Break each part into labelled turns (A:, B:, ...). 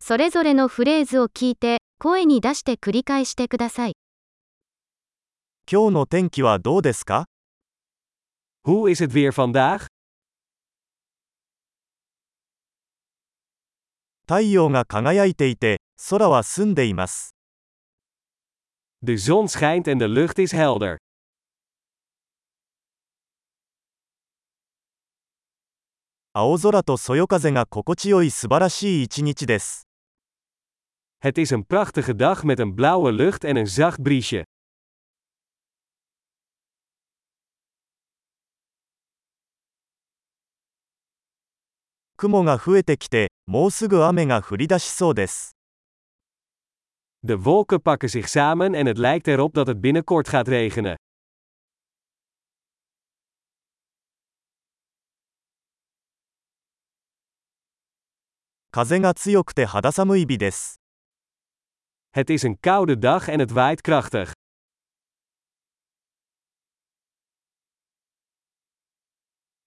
A: それぞれのフレーズを聞いて、声に出して繰り返してください。
B: 今日の天気はどうですか
C: Hoe is het weer vandaag?
B: 太陽が輝いていて、空は澄んでいます。
C: De zon schijnt en de lucht is helder.
B: 青空とそよ風が心地よい素晴らしい一日です。
C: Het is een prachtige dag met een blauwe lucht en een zacht briesje.
B: 雲が増えてきて、もうすぐ雨が降り出しそうです。
C: De wolken pakken zich samen en het lijkt erop dat het binnenkort gaat regenen.
B: 風が強くて肌寒い日です。
C: Het is een koude dag en het waait krachtig.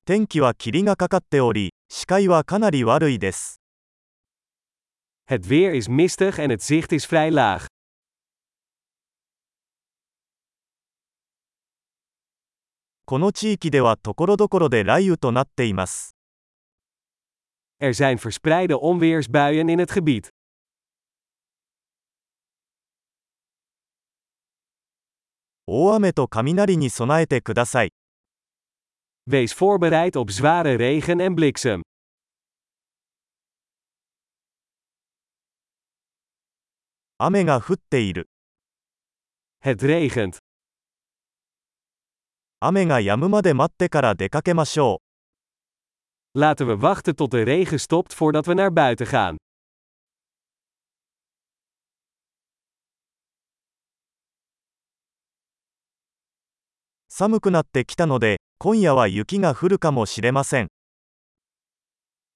B: 天気は霧がかかっており、視界はかなり悪いです。
C: Het weer is mistig en het zicht is vrij laag.
B: この地域ではところどころで雷雨となっています。
C: Er zijn verspreide onweersbuien in het gebied.
B: 大雨と雷に備えてください。
C: Wees voorbereid op zware regen en bliksem.
B: 雨が降っている。
C: Het regent.
B: 雨が止むまで待ってから出かけましょう。
C: Laten we wachten tot de regen stopt voordat we naar buiten gaan.
B: 寒くなってきたので、今夜は雪が降るかもしれません。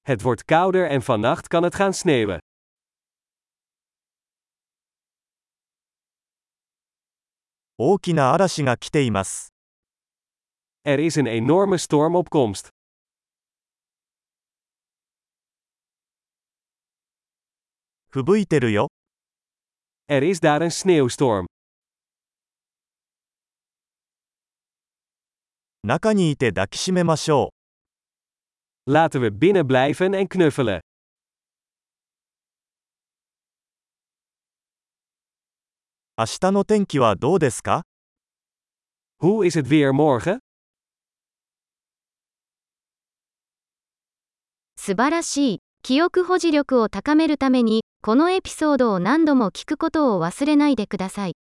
C: Het wordt kouder en vannacht kan het gaan sneeuwen.
B: 大きな嵐が来ています。
C: Er is een enorme storm op komst.
B: 吹雪いてるよ。
C: Er is daar een sneeuwstorm.
B: 中にいて抱きしめましょ
C: Laten we binnen blijven en knuffelen.
B: う。明日の天気はどうですか
C: Hoe is het weer morgen?
A: 素晴らしい。記憶保持力を高めるために、このエピソードを何度も聞くことを忘れないでください。